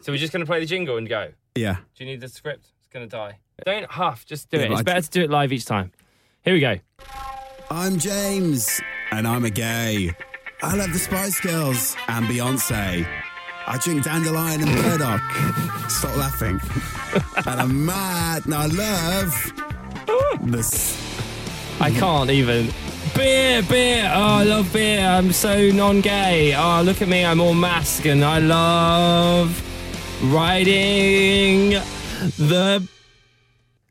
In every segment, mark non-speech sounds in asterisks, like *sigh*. So we're just going to play the jingle and go. Yeah. Do you need the script? It's going to die. Don't huff. Just do Yeah, it. but It's I- better to do it live each time. Here we go. I'm James, and I'm a gay. I love the Spice Girls and Beyonce. I drink dandelion and burdock. *laughs* Stop laughing. And I'm mad, and I love this. I can't even. Beer, beer. Oh, I love beer. I'm so non-gay. Oh, look at me. I'm all mask, and I love riding the.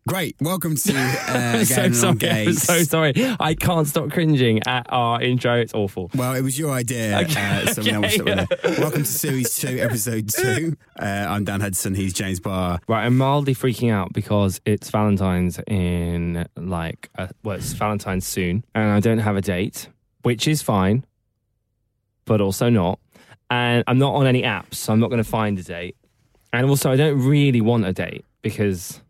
Great. Welcome to uh, *laughs* I'm Gay so and sorry. Non-Gays. I'm so sorry. I can't stop cringing at our intro. It's awful. Well, it was your idea, Okay, uh, so we know what's up okay. with it. Welcome to *laughs* Series 2, Episode 2. Uh, I'm Dan Hudson, he's James Barr. Right, I'm mildly freaking out because it's Valentine's in like, uh well, it's Valentine's soon, and I don't have a date, which is fine, but also not. And I'm not on any apps, so I'm not going to find a date. And also, I don't really want a date because *sighs*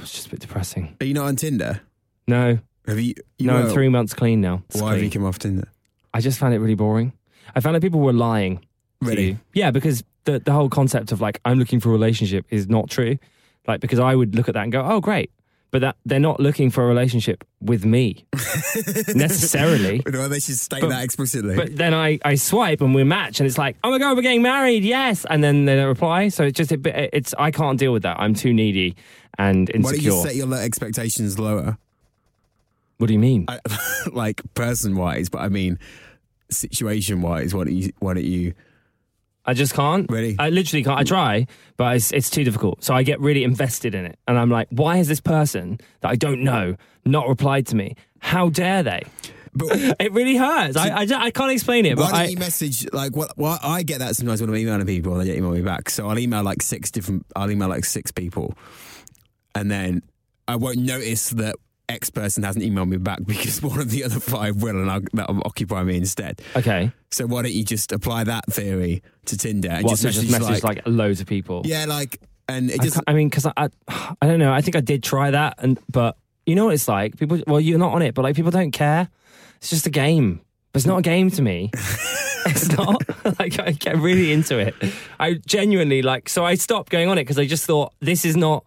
it's just a bit depressing. Are you not on Tinder? No, Have you? you no, were- I'm three months clean now. It's Why have clean. you come off Tinder? I just found it really boring. I found that people were lying. to Really? you. Yeah, because the the whole concept of like I'm looking for a relationship is not true. Like because I would look at that and go, "Oh, great." But that they're not looking for a relationship with *laughs* me necessarily. Well, they should state that explicitly. But then I, I swipe and we match and it's like, "Oh my god, we're getting married." Yes. And then they don't reply. So it's just a bit it's I can't deal with that. I'm too needy and Why don't insecure. you set your expectations lower? *laughs* what do you mean? I, like person wise, but I mean situation wise. Why don't you? Why don't you? I just can't. Really? I literally can't. I try, but it's, it's too difficult. So I get really invested in it. And I'm like, why has this person that I don't know not replied to me? How dare they? *laughs* But It really hurts. I, I, ju- I can't explain it. why But don't I, you message like what? Why I get that sometimes when I'm emailing people and they don't email me back. So I'll email like six different. I'll email like six people, and then I won't notice that. X person hasn't emailed me back *laughs* because one of the other five will, and I'll, that'll occupy me instead. okay. So why don't you just apply that theory to Tinder and What, just so message, just message like, like, loads of people. yeah, like, and it I, just can't- I mean, because I, I, I don't know. I think I did try that, and but you know what it's like. People, well, you're not on it, but like people don't care. It's just a game. But it's not a game to *laughs* me. it's not. *laughs* Like I get really into it. I genuinely like. So I stopped going on it because I just thought this is not.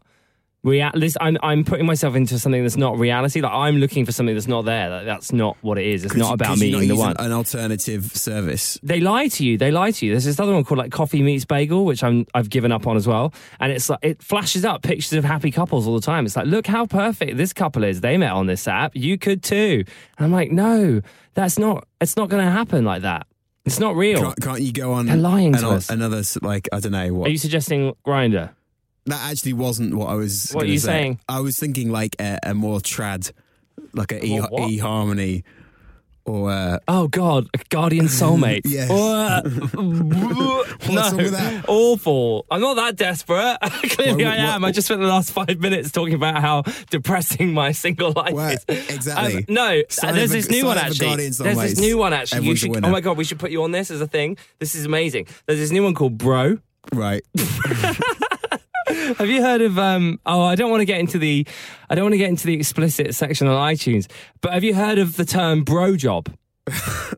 Real, this, I'm, I'm putting myself into something that's not reality. Like I'm looking for something that's not there. Like, that's not what it is. It's not about me. meeting the one An alternative service. they lie to you. They lie to you. There's this other one called like Coffee Meets Bagel, which I'm I've given up on as well. And it's like it flashes up pictures of happy couples all the time. It's like, look how perfect this couple is. They met on this app. You could too. And I'm like, no, that's not. It's not going to happen like that. It's not real. Can't, can't you go on Oh. They're lying to another, us. another s- like I don't know Are what you suggesting Grinder? that actually wasn't what I was. What are gonna you say. saying? I was thinking like a, a more trad, like a More what? e harmony, or uh, Oh God, a guardian soulmate. *laughs* Yes. Uh, no, wrong with that? awful. I'm not that desperate. *laughs* Clearly, Why- I why- am. I just spent the last five minutes talking about how depressing my single life Why- is. exactly. Um, no, Sign there's of a- this new sign one of a actually. guardian There's this soulmate. new one actually. You Everyone's a should, winner. oh my God, we should put you on this as a thing. This is amazing. There's this new one called Bro. *laughs* right? Have you heard of? Um, oh, I don't want to get into the, I don't want to get into the explicit section on iTunes. But have you heard of the term bro job? *laughs*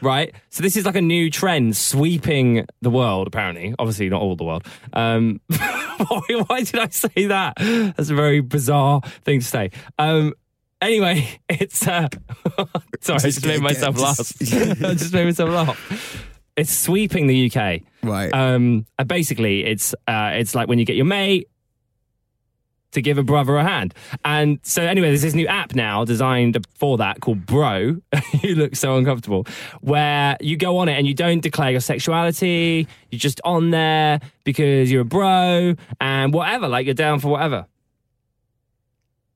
right. So this is like a new trend sweeping the world. Apparently, obviously not all the world. Um, *laughs* why, why did I say that? That's a very bizarre thing to say. Um, anyway, *laughs* it's uh, sorry, I Just just made get- myself get- laugh. just- *laughs* I just made myself laugh. It's sweeping the UK. Right. Um, uh, basically, it's uh, it's like when you get your mate to give a brother a hand. And so, anyway, there's this new app now designed for that called Bro. *laughs* you look so uncomfortable. Where you go on it and you don't declare your sexuality. You're just on there because you're a bro and whatever. Like you're down for whatever.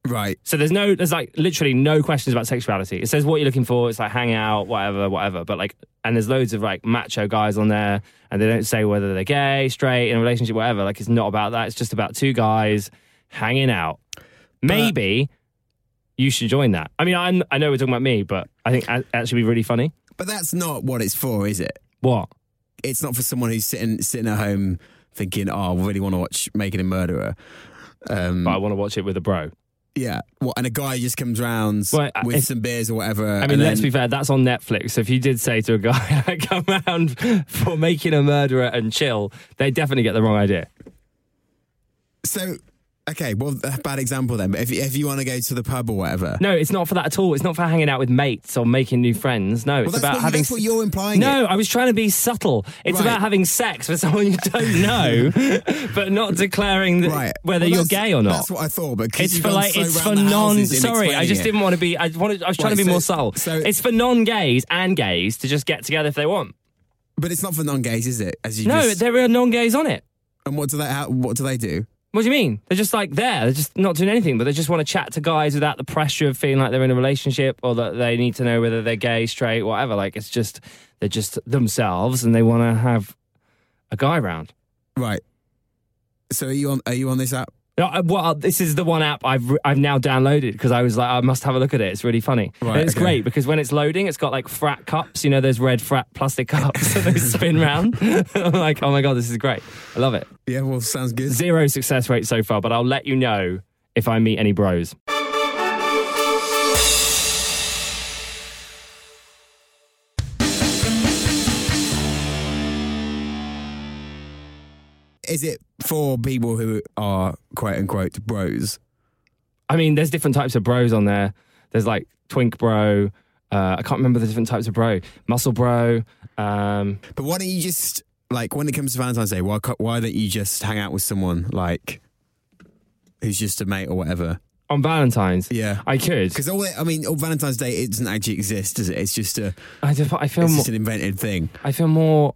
right. So there's no, there's like literally no questions about sexuality. It says what you're looking for. It's like hang out, whatever, whatever. But like, and there's loads of like macho guys on there, and they don't say whether they're gay, straight, in a relationship, whatever. Like, it's not about that. It's just about two guys hanging out. Maybe you should join that. I mean, I'm, I know we're talking about me, but I think that that should be really funny. But that's not what it's for, is it? What? It's not for someone who's sitting sitting at home thinking, "Oh, I really want to watch Making a Murderer." Um, But I want to watch it with a bro. Yeah. What? And a guy just comes round Well, I- with if- some beers or whatever. I mean, let's be fair, that's on Netflix. So if you did say to a guy, *laughs* "I come round for making a murderer and chill, they definitely get the wrong idea. So, okay, well, a bad example then. But if, if you want to go to the pub or whatever, No, it's not for that at all. It's not for hanging out with mates or making new friends. No, it's well, that's, about what, having. that's what you're implying. no, I was trying to be subtle. It's Right. about having sex with someone you don't know, *laughs* but not declaring it- that right? whether Well, you're that's- gay or not. That's what I thought. But 'cause It's you've for gone like so it's for round the non. houses in Sorry, I explaining just it. didn't want to be. I wanted. I was trying Right, to be so- more subtle. so- it's for non-gays and gays to just get together if they want. But it's not for non-gays, is it? As you No, just, there are non-gays on it. and what do they? How, what do they do? What do you mean? They're just like there. They're just not doing anything, but they just want to chat to guys without the pressure of feeling like they're in a relationship or that they need to know whether they're gay, straight, whatever. Like it's just they're just themselves and they want to have a guy round. Right. So are you on? Are you on this app? No, I- well, uh, this is the one app I've I've now downloaded because I was like, I must have a look at it. It's really funny. Right, and it's okay. great because when it's loading, it's got like frat cups. You know, those red frat plastic cups *laughs* that they spin round. *laughs* I'm like, oh my god, this is great. I love it. Yeah. Well, sounds good. Zero success rate so far, but I'll let you know if I meet any bros. Is it for people who are quote unquote bros? I mean, there's different types of bros on there. There's like twink bro. Uh, I can't remember the different types of bro. Muscle bro. Um, But why don't you just like when it comes to Valentine's Day? Why ca- why don't you just hang out with someone like who's just a mate or whatever? on Valentine's, Yeah. I could. Because all I mean, all Valentine's Day it doesn't actually exist, does it? It's just a I, just, I feel it's more. just an invented thing. I feel more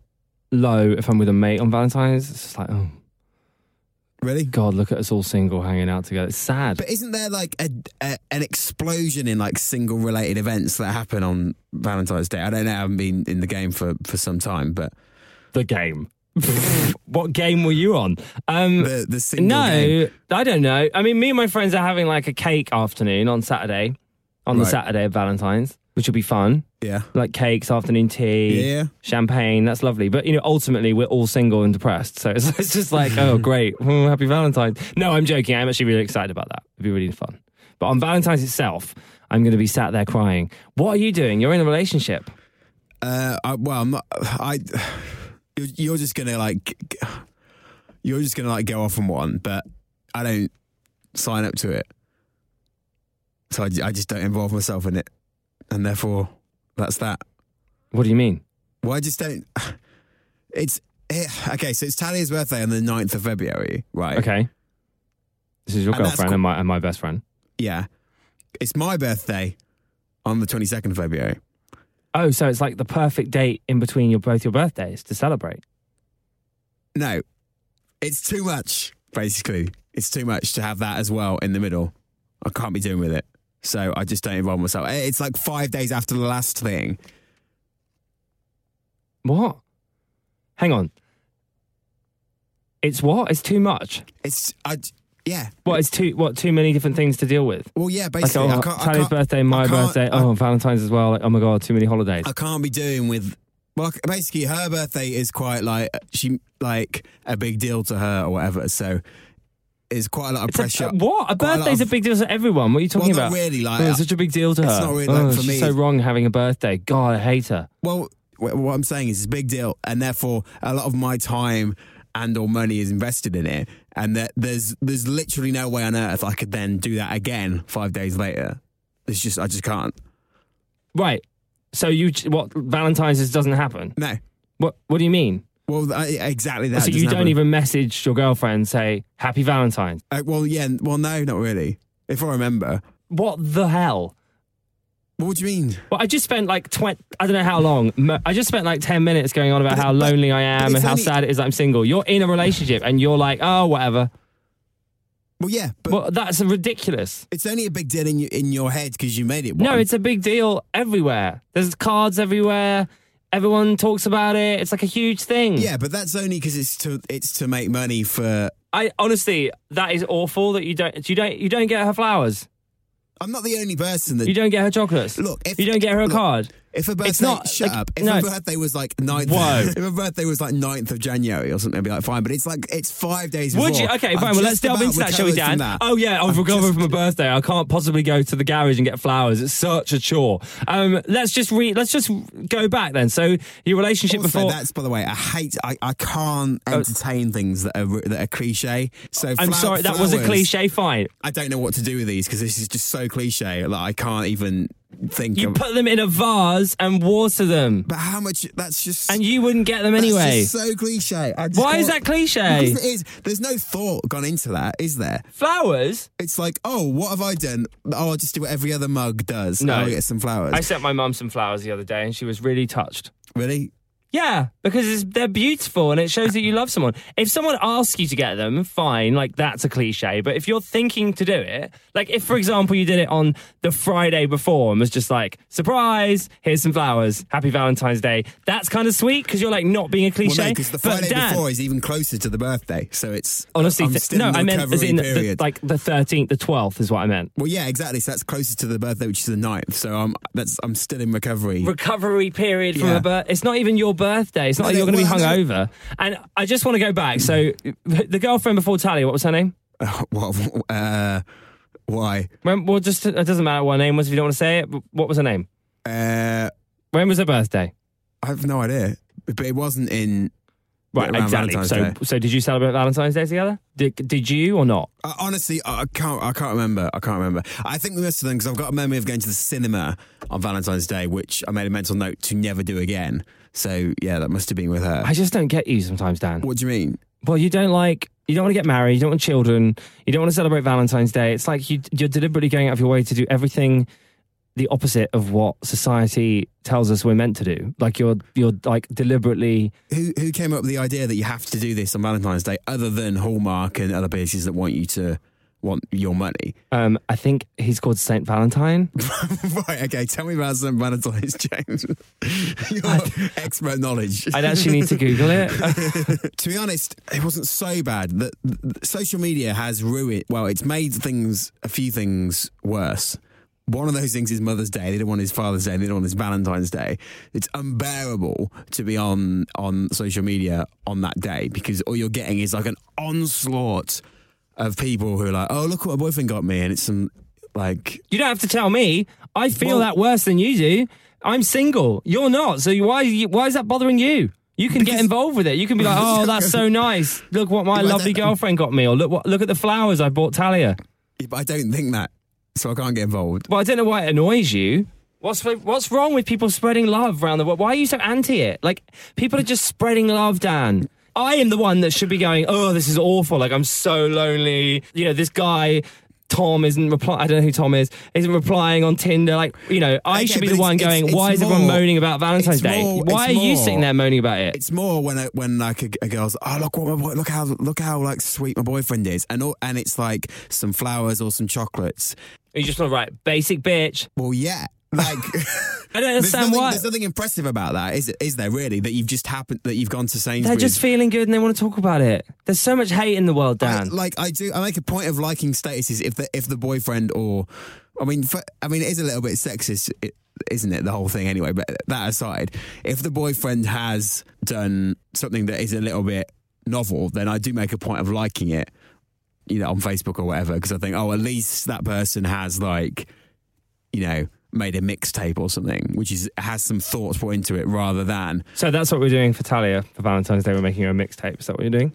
low if I'm with a mate on Valentine's. It's just like, oh Really? God, look at us all single hanging out together. It's sad. But isn't there like a, a an explosion in like single related events that happen on Valentine's Day? I don't know. I haven't been in the game for, for some time, but the game. *laughs* what game were you on? Um, the the single no, game. I don't know. I mean, me and my friends are having like a cake afternoon on Saturday, on the Right. Saturday of Valentine's, which will be fun. yeah, Like cakes, afternoon tea. yeah. champagne. That's lovely. But, you know, ultimately, we're all single and depressed. So it's, *laughs* it's just like, *laughs* oh, great. Oh, happy Valentine's. No, I'm joking. I'm actually really excited about that. It'd be really fun. But on Valentine's itself, I'm going to be sat there crying. What are you doing? You're in a relationship. Uh, I, well, I'm not. I you're, you're just gonna like you're just gonna like go off on one, but I don't sign up to it, so I, I just don't involve myself in it, and therefore that's that. What do you mean? Well, I just don't. *sighs* It's eh, okay. So it's Talia's birthday on the 9th of February, right? Okay. This is your And that's girlfriend qu- and, my, and my best friend. Yeah. It's my birthday on the 22nd of February. Oh, so it's like the perfect date in between your both your birthdays to celebrate. No, it's too much. Basically, it's too much to have that as well in the middle. I can't be doing with it. So I just don't involve myself. Eh, It's like five days after the last thing. What? Hang on. It's what? It's too much. It's I. Yeah. What? It's too what? Too many different things to deal with. Well, yeah. like Basically, oh, I can't. I Tali's can't, birthday, my can't- birthday, I- oh Valentine's as well. Like, oh my god, too many holidays. I can't be doing with. Well, like, basically, her birthday is quite like she like a big deal to her or whatever. So it's quite a lot of It's a- uh, pressure. what? A quite lot birthday's a of- big deal to everyone. What are you well, talking not about? really. Like, Oh, it's such a big deal to her. It's not really, like, Oh, for she's me, so it's- wrong having a birthday. God, I hate her. well, wh- what I'm saying is it's a big deal, and therefore a lot of my time and or money is invested in it, and that there's there's literally no way on earth I could then do that again five days later. It's just I just can't. Right. So you ch- what? Valentine's just doesn't happen. No. What? What do you mean? Well, I, exactly that. Oh, so doesn't you don't happen. even message your girlfriend and say Happy Valentine's. Uh, well, yeah. Well, no, not really. If I remember. What the hell? What do you mean? Well, I just spent like twenty. I don't know how long. mo- I just spent like ten minutes going on about how lonely I am it's and how only- sad it is that I'm single. You're in a relationship and you're like, oh, whatever. Well, yeah, but Well, that's ridiculous. It's only a big deal in, you, in your head because you made it one. No, it's a big deal everywhere. There's cards everywhere. Everyone talks about it. It's like a huge thing. yeah, but that's only because it's to it's to make money for. I honestly, that is awful that you don't you don't you don't get her flowers. I'm not the only person You that don't get her chocolates. Look, if- you don't get her a look, card. If a birthday, not, shut like, up. If no. a birthday was like 9th, Whoa. if a birthday was like 9th of January or something, I'd be like, fine. But it's like it's five days. Would before. you? Okay, I've fine. Well, let's just delve about into that, shall we, recovered from Dan? that. Oh yeah, I've recovered just- from a birthday. I can't possibly go to the garage and get flowers. It's such a chore. Um, let's just re. Let's just go back then. So your relationship Also, before. Oh. that's by the way, I hate. I, I can't entertain things that are that are cliche. So I'm flow- sorry, that was a flowers, cliche. Fine. I don't know what to do with these because this is just so cliche. Like I can't even think. You of, put them in a vase and water them, but how much? That's just. and you wouldn't get them that's just anyway. so cliche. I just Why is that can't- cliche? Because it is. There's no thought gone into that, is there? Flowers. It's like, oh, what have I done? Oh, I'll just do what every other mug does. No. I'll get some flowers. I sent my mum some flowers the other day, and she was really touched. really? Yeah, because it's, they're beautiful and it shows that you love someone. If someone asks you to get them, fine, like that's a cliche. But if you're thinking to do it, like if, for example, you did it on the Friday before and was just like, surprise, here's some flowers, happy Valentine's Day, that's kind of sweet because you're like not being a Well, cliche. no, because the But Friday Dan- before is even closer to the birthday, so it's Honestly, I'm th- still no, in the I meant as recovery in the- period. like the 13th, the 12th is what I meant. well, yeah, exactly. So that's closer to the birthday, which is the 9th. So I'm that's I'm still in recovery. recovery period from Yeah. a birth. It's not even your birthday. It's not No, like no, you're going to be well, I hungover. And I just want to go back. So the girlfriend before Talia, what was her name? *laughs* what? Uh, why? When, well, just it doesn't matter what her name was if you don't want to say it. but What was her name? Uh, When was her birthday? I have no idea. But it wasn't in. Right, around exactly. Valentine's so, Day. so did you celebrate Valentine's Day together? Did, did you or not? I, honestly, I I can't. I can't remember. I can't remember. I think we must have done because I've got a memory of going to the cinema on Valentine's Day, which I made a mental note to never do again. So yeah, that must have been with her. I just don't get you sometimes, Dan. What do you mean? Well, you don't like. You don't want to get married. You don't want children. You don't want to celebrate Valentine's Day. It's like you, you're deliberately going out of your way to do everything the opposite of what society tells us we're meant to do. Like you're you're like deliberately. Who who came up with the idea that you have to do this on Valentine's Day, other than Hallmark and other places that want you to want your money? *laughs* Um, I think he's called Saint Valentine. right. Okay. Tell me about St. Valentine's, *laughs* James. your expert knowledge. I'd actually need to Google *laughs* it. to be honest, it wasn't so bad. That social media has ruined. Well, it's made things a few things worse. One of those things is Mother's Day. The other one is Father's Day. The other one is Valentine's Day. It's unbearable to be on on social media on that day because all you're getting is like an onslaught of people who are like, "Oh, look what my boyfriend got me," and it's some like You don't have to tell me. I feel Well- that worse than you do. I'm single. You're not. So why why is that bothering you? You can get Because- involved with it. You can *laughs* be like, "Oh, that's so nice. Look what my Well, lovely that- girlfriend got me," or "Look what look at the flowers I bought Talia." I don't think that, so I can't get involved. Well, I don't know why it annoys you. What's what's wrong with people spreading love around the world? Why are you so anti it? Like people are just spreading love, Dan. I am the one that should be going. Oh, this is awful. Like I'm so lonely. You know, this guy. Tom isn't replying. I don't know who Tom is. Isn't replying on Tinder. Like you know, I Okay, should be but the it's- one it's- going. it's Why is everyone more- moaning about Valentine's it's Day? more- Why are it's you sitting more- there moaning about it? It's more when I, when like a, a girl's oh look what my boy, look how look how like sweet my boyfriend is and all, and it's like some flowers or some chocolates. you just want to write basic bitch. Well, yeah, *laughs* like I don't there's, understand nothing, why. there's nothing impressive about that, is is there really? That you've just happened that you've gone to They're Sainsbury's. just feeling good and they want to talk about it. There's so much hate in the world, I, Dan. like I do, I make a point of liking statuses if the if the boyfriend or, I mean, for, I mean, it is a little bit sexist, i- isn't it? The whole thing, anyway. But that aside, if the boyfriend has done something that is a little bit novel, then I do make a point of liking it, you know, on Facebook or whatever, because I think, oh, at least that person has like, you know, made a mixtape or something, which is has some thoughts put into it, rather than So that's what we're doing for Talia for Valentine's Day. We're making her a mixtape. Is that what you're doing?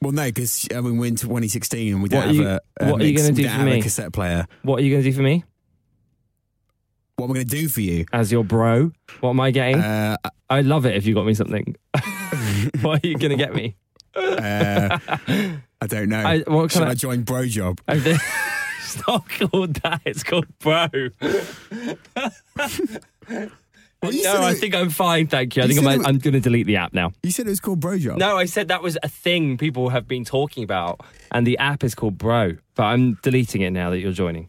well, no, because I mean, we're in 2016 and we What don't are you- have a, a what are you mix- gonna do we don't for have me? a cassette player. What are you going to do for me what am I going to do for you? as your bro? What am I getting? Uh, I love it if you got me *laughs* something. what are you going to get me? *laughs* uh, I don't know. I, what Should can I, I? join Bro Job? I *laughs* it's not called that. It's called *laughs* bro. you no, said I it- think I'm fine. Thank you. I you think I'm, said it- I'm going to delete the app now. You said it was called Bro Job. No, I said that was a thing people have been talking about, and the app is called Bro. But I'm deleting it now that you're joining.